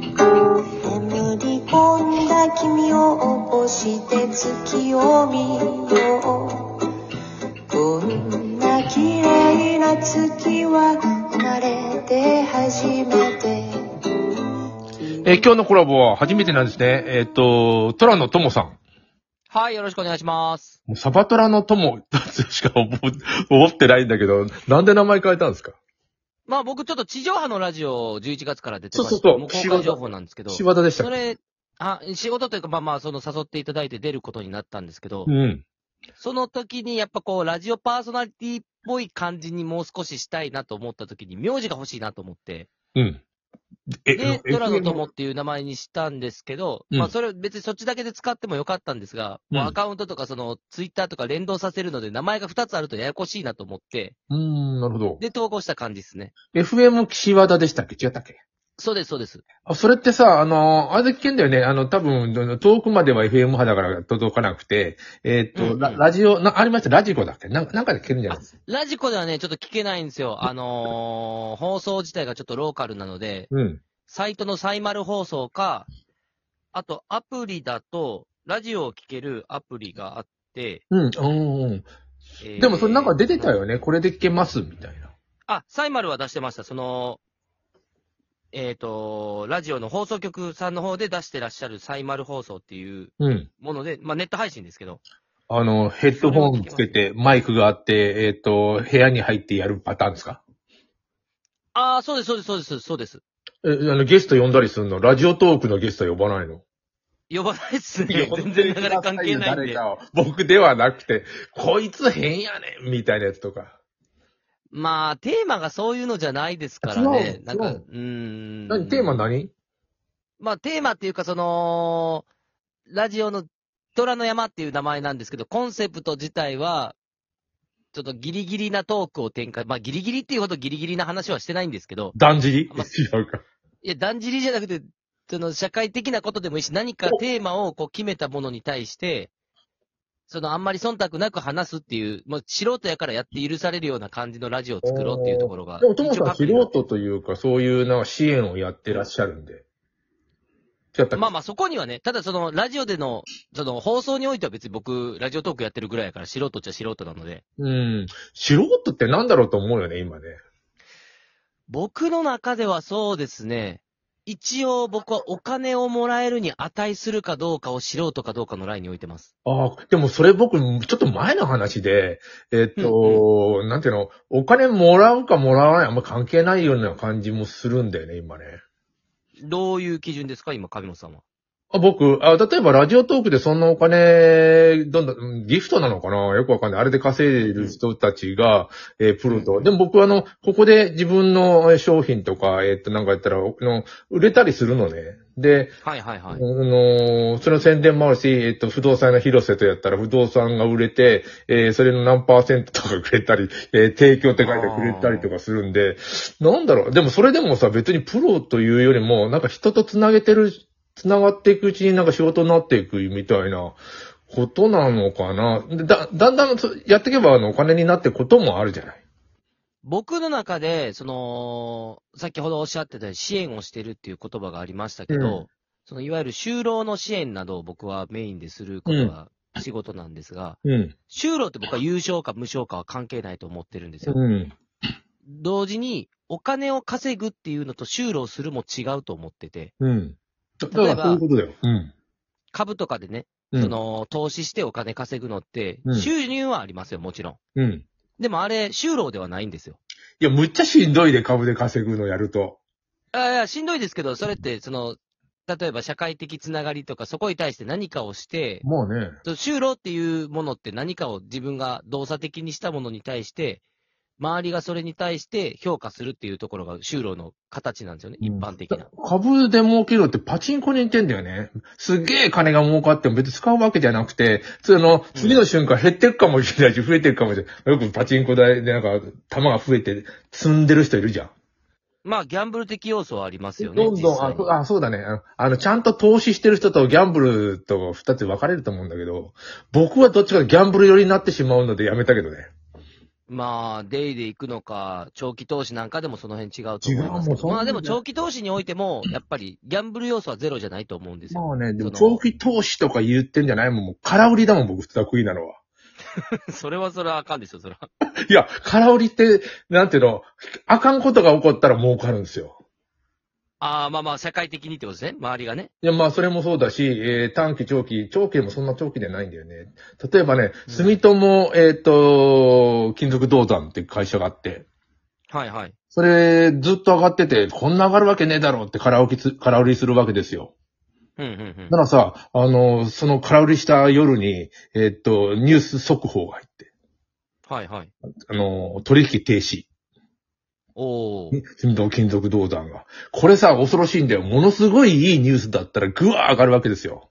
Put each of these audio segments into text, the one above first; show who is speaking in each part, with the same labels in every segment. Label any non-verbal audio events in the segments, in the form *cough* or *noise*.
Speaker 1: 眠り込んだ君を起こして月を見ようこんな綺麗な月は生まれて初めて
Speaker 2: えー今日のコラボは初めてなんですね。えーっ、と、トラのトモさん。
Speaker 3: はい、よろしくお願いします。
Speaker 2: もうサバトラのト *laughs* モしか思思ってないんだけど、なんで名前変えたんですか
Speaker 3: まあ僕ちょっと地上波のラジオを11月から出てまして、
Speaker 2: そうそうそう
Speaker 3: もう公開情報なんですけど、
Speaker 2: 柴田でしたっ
Speaker 3: そ
Speaker 2: け
Speaker 3: れ、あ、仕事というかまあまあその誘っていただいて出ることになったんですけど、
Speaker 2: うん。
Speaker 3: その時にやっぱこうラジオパーソナリティっぽい感じにもう少ししたいなと思った時に名字が欲しいなと思って、
Speaker 2: うん。え
Speaker 3: で、ドラの友
Speaker 2: っ
Speaker 3: っていう名前にしたんですけど、
Speaker 2: うん
Speaker 3: まあそれ別にそっちだけで使ってもよかったんですが、もうアカウントとかそのツイッターとか連動させるので名前が2つあるとややこしいなと思って、
Speaker 2: うーん、なるほど。
Speaker 3: で投稿した感じですね。
Speaker 2: FM 岸和田でしたっけ違ったっけ
Speaker 3: そうです、そうです。
Speaker 2: あ、それってさ、あの、あれだけんだよね。あの、多分、遠くまでは FM 派だから届かなくて、えーっと、
Speaker 3: うんうん
Speaker 2: ラ、ラジオ、な、ありました、ラジコだっけなんかなんかで聞けるんじゃないですか。
Speaker 3: ラジコではね、ちょっと聞けないんですよ。あのー放送自体がちょっとローカルなので、
Speaker 2: うん。
Speaker 3: サイトのサイマル放送か、あとアプリだと、ラジオを聞けるアプリがあって、
Speaker 2: うん、うん、うん。
Speaker 3: えー
Speaker 2: でも、それなんか出てたよね。これで聞けます、みたいな。
Speaker 3: あ、サイマルは出してました。その、えっ、と、ラジオの放送局さんの方で出してらっしゃるサイマル放送っていう
Speaker 2: うん。
Speaker 3: もので、まあネット配信ですけど。
Speaker 2: あの、ヘッドホンつけて、マイクがあって、えっ、と、部屋に入ってやるパターンですか
Speaker 3: ああ、そうです、そうです、そうです、そうです。
Speaker 2: え、あの、ゲスト呼んだりするのラジオトークのゲスト呼ばないの
Speaker 3: 呼ばないっすね。全然流れ関係ないん
Speaker 2: 誰
Speaker 3: で。
Speaker 2: かを僕ではなくて、こいつ変やねんみたいなやつとか。
Speaker 3: まあ、テーマがそういうのじゃないですからね。
Speaker 2: 違う
Speaker 3: なんか、
Speaker 2: 違
Speaker 3: うーん。
Speaker 2: 何、テーマ何
Speaker 3: まあ、テーマっていうか、その、ラジオのドラの山っていう名前なんですけど、コンセプト自体は、ちょっとギリギリなトークを展開。まあ、ギリギリっていうほどギリギリな話はしてないんですけど、
Speaker 2: だんじり
Speaker 3: ま
Speaker 2: 違うか。
Speaker 3: いや、だんじりじゃなくて、その社会的なことでもいいし、何かテーマをこう決めたものに対して、そのあんまり忖度なく話すっていう、もう素人やからやって許されるような感じのラジオを作ろうっていうところが。
Speaker 2: でも、とも
Speaker 3: 一
Speaker 2: さ
Speaker 3: 応
Speaker 2: ん、
Speaker 3: 各
Speaker 2: 素
Speaker 3: 自の
Speaker 2: 人というか、そういうなんか支援をやってらっしゃるんで。違ったっけ
Speaker 3: まあまあそこにはね、ただそのラジオでの、その放送においては別に僕、ラジオトークやってるぐらいやから素人っちゃ素人なので、
Speaker 2: うん。素人ってなんだろうと思うよね、今ね。
Speaker 3: 僕の中ではそうですね、一応僕はお金をもらえるに値するかどうかを素人かどうかのラインに置いてます。
Speaker 2: ああ、でもそれ僕、ちょっと前の話で、えっと、なんていうの、お金もらうかもらわないあんま関係ないような感じもするんだよね、今ね。
Speaker 3: どういう基準ですか今、上本さんは。
Speaker 2: あ僕あ、例えばラジオトークでそんなお金、どんどんうん、ギフトなのかなよくわかんない。あれで稼いでる人たちが、えープロと。でも僕はあの、ここで自分のえー商品とか、えーっと、なんかやったら、おの売れたりするのね。で、
Speaker 3: はいはいはい。
Speaker 2: あのその宣伝もあるし、えっと、不動産の広瀬とやったら不動産が売れて、えーそれの何パーセントとかくれたり、えー提供って書いてくれたりとかするんで、なんだろう、でもそれでもさ、別にプロというよりも、なんか人と繋げてる、繋がっていくうちになんか仕事になっていくみたいなことなのかな。でだ、だんだんそうやっていけば、あの、お金になっていくこともあるじゃない。
Speaker 3: 僕の中で、その、先ほどおっしゃってたように支援をしてるっていう言葉がありましたけ
Speaker 2: う
Speaker 3: ど、そのいわゆる就労の支援などを僕はメインですることが仕事なんですが、
Speaker 2: うん。
Speaker 3: 就労って僕は有償か無償かは関係ないと思ってるんですよ。
Speaker 2: うん。
Speaker 3: 同時に、お金を稼ぐっていうのと就労するも違うと思ってて、
Speaker 2: うん。だだからそういうことだよ。うん。
Speaker 3: 株とかでね、
Speaker 2: うん
Speaker 3: そ、の、投資してお金稼ぐのって
Speaker 2: う、ん
Speaker 3: 収入はありますよ、もちろん。
Speaker 2: うん。
Speaker 3: でもあれ、就労ではないんですよ。
Speaker 2: いや、むっちゃしんどいで株で稼ぐのやると。
Speaker 3: あいや、しんどいですけど、それって、その、例えば社会的つながりとか、そこに対して何かをして、
Speaker 2: まあね。
Speaker 3: と就労っていうものって何かを自分が動作的にしたものに対して、周りがそれに対して評価するっていうところが就労の形なんですよね、一般的な。
Speaker 2: 株で儲けるってパチンコに似てんだよね。すげえ金が儲かっても別に使うわけじゃなくて、その、次の瞬間減ってくかもしれないし、増えてくかもしれない。よくパチンコ台でなんか、玉が増えて積んでる人いるじゃん。
Speaker 3: まあ、ギャンブル的要素はありますよね。
Speaker 2: どんど
Speaker 3: 実
Speaker 2: ん、
Speaker 3: 際
Speaker 2: あ
Speaker 3: に
Speaker 2: そあ、そうだね。あのあの、ちゃんと投資してる人とギャンブルと二つ分かれると思うんだけど、僕はどっちかギャンブル寄りになってしまうのでやめたけどね。
Speaker 3: まあ、デイで行くのか、長期投資なんかでもその辺違うと
Speaker 2: 違う
Speaker 3: 思います
Speaker 2: も
Speaker 3: けど
Speaker 2: うそんな
Speaker 3: まあでも長期投資においても、やっぱりギャンブル要素はゼロじゃないと思うんですよ。
Speaker 2: まあね、でも
Speaker 3: その
Speaker 2: 長期投資とか言ってんじゃないもん、もう空売りだもん、僕、得意なのは。
Speaker 3: それはそれはあかんでしょ、それは。
Speaker 2: *laughs* いや、空売りって、なんていうの、あかんことが起こったら儲かるんですよ。
Speaker 3: ああ、まあまあ、社会的にってことですね、周りがね。
Speaker 2: いや、まあ、それもそうだし、えー短期、長期、長期でもそんな長期でないんだよね。例えばね、
Speaker 3: うん
Speaker 2: 住友、えっ、と、金属銅山っていう会社があって、
Speaker 3: はいはい。
Speaker 2: それ、ずっと上がってて、こんな上がるわけねえだろうって空置きつ、空売りするわけですよ。
Speaker 3: うんうん
Speaker 2: だからさ、あの、その空売りした夜に、えっ、と、ニュース速報が入って、
Speaker 3: うん。はいはい。
Speaker 2: あの、取引停止。
Speaker 3: おお。
Speaker 2: 住友金属銅山が。これさ、恐ろしいんだよ。ものすごいいいニュースだったらぐわー上がるわけですよ。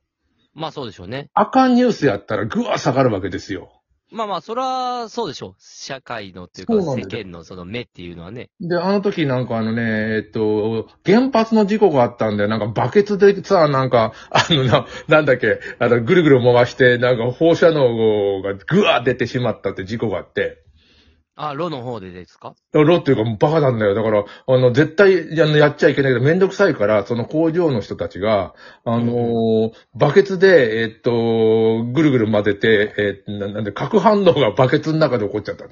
Speaker 3: まあそうでしょうね。
Speaker 2: あかんニュースやったらぐわー下がるわけですよ。
Speaker 3: まあまあ、それはそうでしょう。社会のっていうか、
Speaker 2: そうなんだ
Speaker 3: 世
Speaker 2: よ
Speaker 3: 間のその目っていうのはね。
Speaker 2: で、あの時なんかあのね、えっと、原発の事故があったんだよ。なんかバケツでさ、なんか、あのな、なんだっけ、あの、ぐるぐる回して、なんか放射能がぐわー出てしまったって事故があって。
Speaker 3: ああ、ロの方でですか
Speaker 2: ロっていうかもうバカなんだよ。だから、あの、絶対、あの、やっちゃいけないけど、めんどくさいから、その工場の人たちが、あのーバケツで、えっと、ぐるぐる混ぜて、えーななんで、核反応がバケツの中で起こっちゃったね。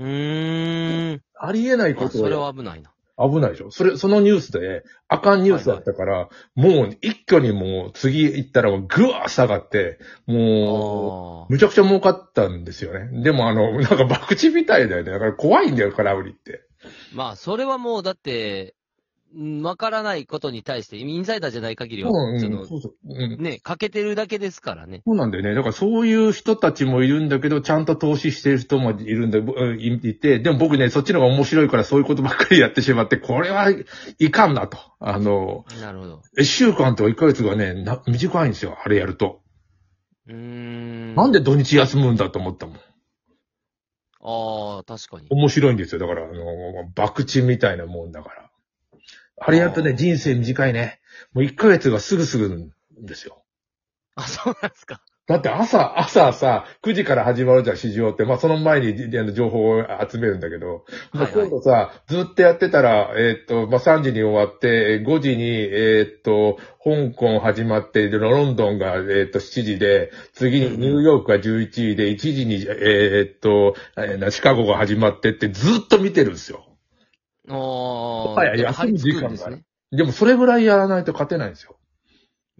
Speaker 3: うーん。
Speaker 2: ありえない
Speaker 3: ま
Speaker 2: こ
Speaker 3: あ、
Speaker 2: と
Speaker 3: そ
Speaker 2: を
Speaker 3: れは危ないな。
Speaker 2: 危ないでしょ。それ、そのニュースで、あかんニュースだったから、もう一挙にもう次行ったらもうぐわー下がって、も
Speaker 3: あ
Speaker 2: う、むちゃくちゃ儲かったんですよね。でもあの、なんか博打みたいだよね。だから怖いんだよ、空売りって。
Speaker 3: あまあ、それはもう、だって、うんわからないことに対して、インサイダーじゃない限りは、
Speaker 2: うん、
Speaker 3: そ
Speaker 2: うん
Speaker 3: の、
Speaker 2: そうそう。うん。
Speaker 3: ね、欠けてるだけですからね。
Speaker 2: そうなんだよね。だからそういう人たちもいるんだけど、ちゃんと投資してる人もいるんだ、うんいいて、でも僕ね、そっちの方が面白いからそういうことばっかりやってしまって、これはいかんなと。あの、
Speaker 3: なるほど。
Speaker 2: 1週間とか1ヶ月がね、な短いんですよ、あれやると。
Speaker 3: うーん。
Speaker 2: なんで土日休むんだと思ったもん。
Speaker 3: ああ、確かに。
Speaker 2: 面白いんですよ。だから、あの、博打みたいなもんだから。あれやると
Speaker 3: あ
Speaker 2: ね、
Speaker 3: ー
Speaker 2: 人生短いね。もう1ヶ月がすぐすぐですよ。
Speaker 3: あ、そうなんですか。
Speaker 2: だって朝、朝さ、9時から始まるじゃん、市場って。まあ、その前にじあの情報を集めるんだけど。
Speaker 3: はいはい
Speaker 2: まあ今度さ、ずっとやってたら、えーっと、まあ、3時に終わって、5時に、えーっと、香港始まって、でロンドンが、えーっと、7時で、次にニューヨークが11時で、1時に、えーっと、えーなシカゴが始まってって、ずっと見てるんですよ。
Speaker 3: お
Speaker 2: は
Speaker 3: ー。
Speaker 2: い
Speaker 3: やっぱ張り付
Speaker 2: 休
Speaker 3: く
Speaker 2: む
Speaker 3: んで
Speaker 2: 時間
Speaker 3: す
Speaker 2: があ
Speaker 3: ね。
Speaker 2: でも、それぐらいやらないと勝てないんですよ。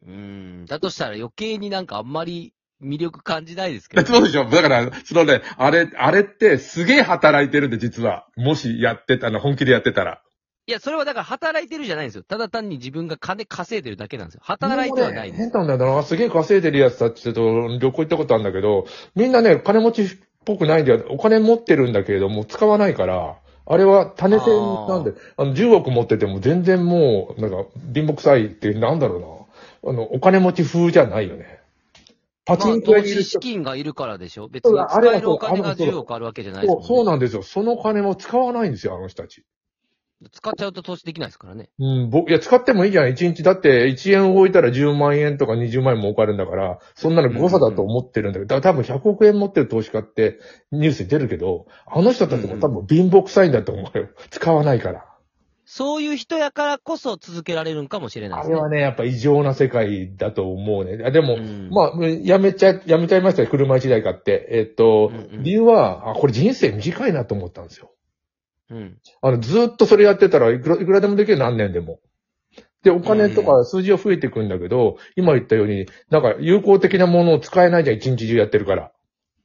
Speaker 3: うーん。だとしたら余計になんかあんまり魅力感じないですけ
Speaker 2: だ
Speaker 3: ど
Speaker 2: って。そうでしょだから、そのね、あれ、あれってすげえ働いてるんで、実は。もしやってた、あの、本気でやってたら。
Speaker 3: いや、それはだから働いてるじゃないんですよ。ただ単に自分が金稼いでるだけなんですよ。働いてはない
Speaker 2: もうね
Speaker 3: んです。
Speaker 2: 変なんだよな。すげえ稼いでるやつたちと旅行行ったことあるんだけど、みんなね、金持ちっぽくないんだよ。お金持ってるんだけれども、使わないから、あれは種銭なんで、あの、10億持ってても全然もう、なんか、貧乏臭いって、なんだろうな。あの、お金持ち風じゃないよね。パチ
Speaker 3: まあ、
Speaker 2: ンコ屋
Speaker 3: 投
Speaker 2: にいる
Speaker 3: 資資
Speaker 2: 人
Speaker 3: 金がいるからでしょ別
Speaker 2: そう
Speaker 3: に
Speaker 2: だあれは
Speaker 3: 使えるお金
Speaker 2: そうあ
Speaker 3: が
Speaker 2: れもそう
Speaker 3: 10億あるわけじゃないです
Speaker 2: そ
Speaker 3: も
Speaker 2: う、
Speaker 3: ん
Speaker 2: そう
Speaker 3: ね
Speaker 2: なんですよ。その金も使わないんですよ、あの人たち。
Speaker 3: 使っちゃうと投資できないですからね。
Speaker 2: うん、僕、いや、使ってもいいじゃん。1日、だって、1円置いたら10万円とか20万円儲かるんだから、そんなの誤差だと思ってるんだけど、だ多分100億円持ってる投資家ってニュースに出るけど、あの人たちも多分貧乏臭いんだと思うよ。使わないから。
Speaker 3: そういう人やからこそ続けられるんかもしれない
Speaker 2: あ
Speaker 3: です
Speaker 2: れ
Speaker 3: ね。
Speaker 2: はね、やっぱ異常な世界だと思うね。あでも、
Speaker 3: うん
Speaker 2: まあ、やめちゃ、やめちゃいましたよ。車一台買って。えっと、
Speaker 3: うんうん
Speaker 2: 理由は、あ、これ人生短いなと思ったんですよ。
Speaker 3: うん。
Speaker 2: あの、ずーっとそれやってたらいくら、いくらでもできる、何年でも。で、お金とか数字は増えていくんだけど、今言ったように、なんか有効的なものを使えないじゃん、一日中やってるから。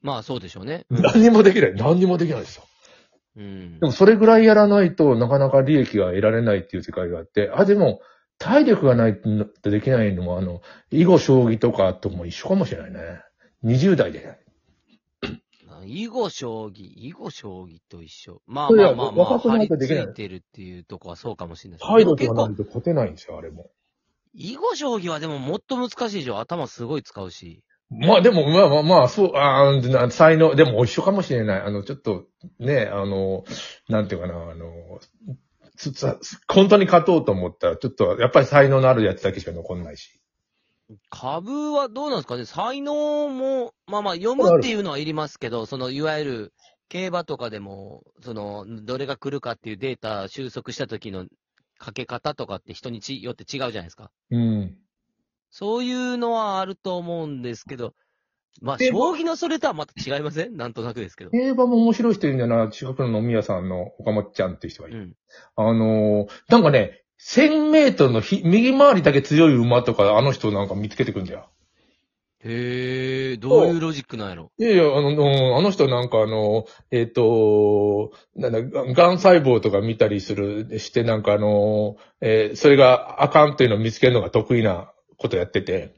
Speaker 3: まあ、そうでしょうね。
Speaker 2: 何にもできない。何にもできないですよ。
Speaker 3: うん
Speaker 2: で。もそれぐらいやらないとなかなか利益が得られないっていう世界があって、あ、でも、体力がないとできないのも、あの、囲碁将棋とかとも一緒かもしれないね。20代で。
Speaker 3: 囲碁将棋、囲碁将棋と一緒。まあ
Speaker 2: そうい
Speaker 3: ま
Speaker 2: や
Speaker 3: あまあまあ、
Speaker 2: 若く
Speaker 3: 張
Speaker 2: な
Speaker 3: り
Speaker 2: いとでき
Speaker 3: 付
Speaker 2: ない
Speaker 3: いてるっていうとこはそうかもしれないです。
Speaker 2: 体
Speaker 3: で
Speaker 2: 力
Speaker 3: も
Speaker 2: がな
Speaker 3: 結構、
Speaker 2: いと勝てないんですよ、あれも。
Speaker 3: 囲碁将棋はでももっと難しいでしょ。頭すごい使うし。
Speaker 2: まあでも、まあまあまあ、そう、あーな才能、でも一緒かもしれない。あの、ちょっと、ね、あの、なんていうかな、あの、つつ本当に勝とうと思ったら、ちょっと、やっぱり才能のあるやつだけしか残んないし。
Speaker 3: 株はどうなんですかね才能も、まあまあ、読むっていうのはいりますけど、その、いわゆる、競馬とかでも、その、どれが来るかっていうデータ収束した時のかけ方とかって人にちよって違うじゃないですか。
Speaker 2: うん。
Speaker 3: そういうのはあると思うんですけど、まあ、
Speaker 2: で
Speaker 3: 将棋のそれとはまた違いませんなんとなくですけど。
Speaker 2: 競馬も面白い人いるんだよな、近くの飲み屋さんの岡本ちゃんっていう人がいうる。
Speaker 3: ん。
Speaker 2: あのーなんかね、1000メートルのひ右回りだけ強い馬とか、あの人なんか見つけてくんだよ。
Speaker 3: へえ、どういうロジックなんやろ。
Speaker 2: いやいや、あの、うんあの人なんかあの、えっ、と、なんだ、ががん細胞とか見たりする、してなんかあの、えーそれがあかんっていうのを見つけるのが得意なことやってて、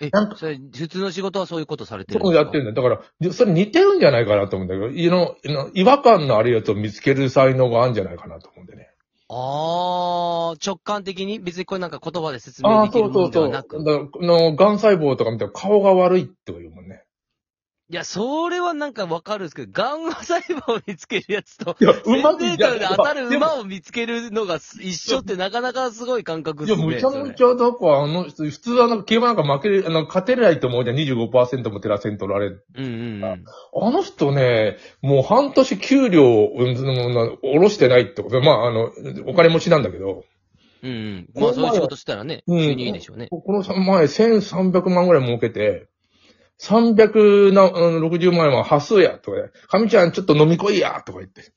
Speaker 3: え
Speaker 2: なん、
Speaker 3: それ、普通の仕事はそういうことされて
Speaker 2: そ
Speaker 3: るん
Speaker 2: こ
Speaker 3: です
Speaker 2: や
Speaker 3: か
Speaker 2: ってるんだよ。だからで、それ似てるんじゃないかなと思うんだけど、いの、いの違和感のあるやつを見つける才能があるんじゃないかなと思うんでね。
Speaker 3: ああ、直感的に別にこれなんか言葉で説
Speaker 2: ああ
Speaker 3: 明で
Speaker 2: ー、
Speaker 3: き
Speaker 2: そ
Speaker 3: る
Speaker 2: う
Speaker 3: も
Speaker 2: そ
Speaker 3: の
Speaker 2: うそう。
Speaker 3: では
Speaker 2: だ
Speaker 3: な
Speaker 2: か
Speaker 3: く。
Speaker 2: らの、がん細胞とか見たら顔が悪いって言うもんね。
Speaker 3: いや、それはなんかわかるんですけど、ガンマ細胞を見つけるやつと、
Speaker 2: いや、馬
Speaker 3: 1000メートルで当たる馬を見つけるのが一緒ってなかなかすごい感覚
Speaker 2: い
Speaker 3: で
Speaker 2: や、
Speaker 3: すね。
Speaker 2: むちゃむち
Speaker 3: ゃ。
Speaker 2: ゃ、だから、あの人、普通はなんか、競馬なんか負ける、あの、勝てないと思うじゃん、25%もテラセン取られる。
Speaker 3: うんうんうん。
Speaker 2: あの人ね、もう半年給料を、うんそのな下ろしてないってこと。まあ、あの、お金持ちなんだけど、
Speaker 3: うんうん。まあそういう仕事したらね、
Speaker 2: うん
Speaker 3: 急にいいでしょうね。
Speaker 2: このさ前、1300万ぐらい儲けて、360万円は端数や、とかで、かみちゃんちょっと飲み来いや、とか言って。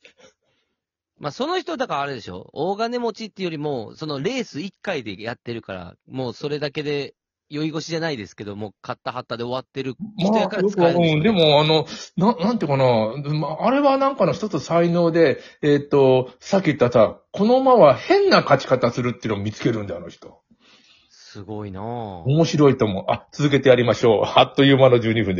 Speaker 3: まあその人だからあれでしょ大金持ちっていうよりも、そのレース1回でやってるから、もうそれだけで、酔い越しじゃないですけど、もう買ったはったで終わってる人やから
Speaker 2: よく
Speaker 3: 使えるんですよ、ね
Speaker 2: うん、でも、あの、な、なんていうかな、まあ、あれはなんかの一つ才能で、えっ、と、さっき言ったさ、この馬は変な勝ち方するっていうのを見つけるんだよ、あの人。
Speaker 3: すごいなぁ。
Speaker 2: 面白いと思う。あ、続けてやりましょう。あっという間の12分でした。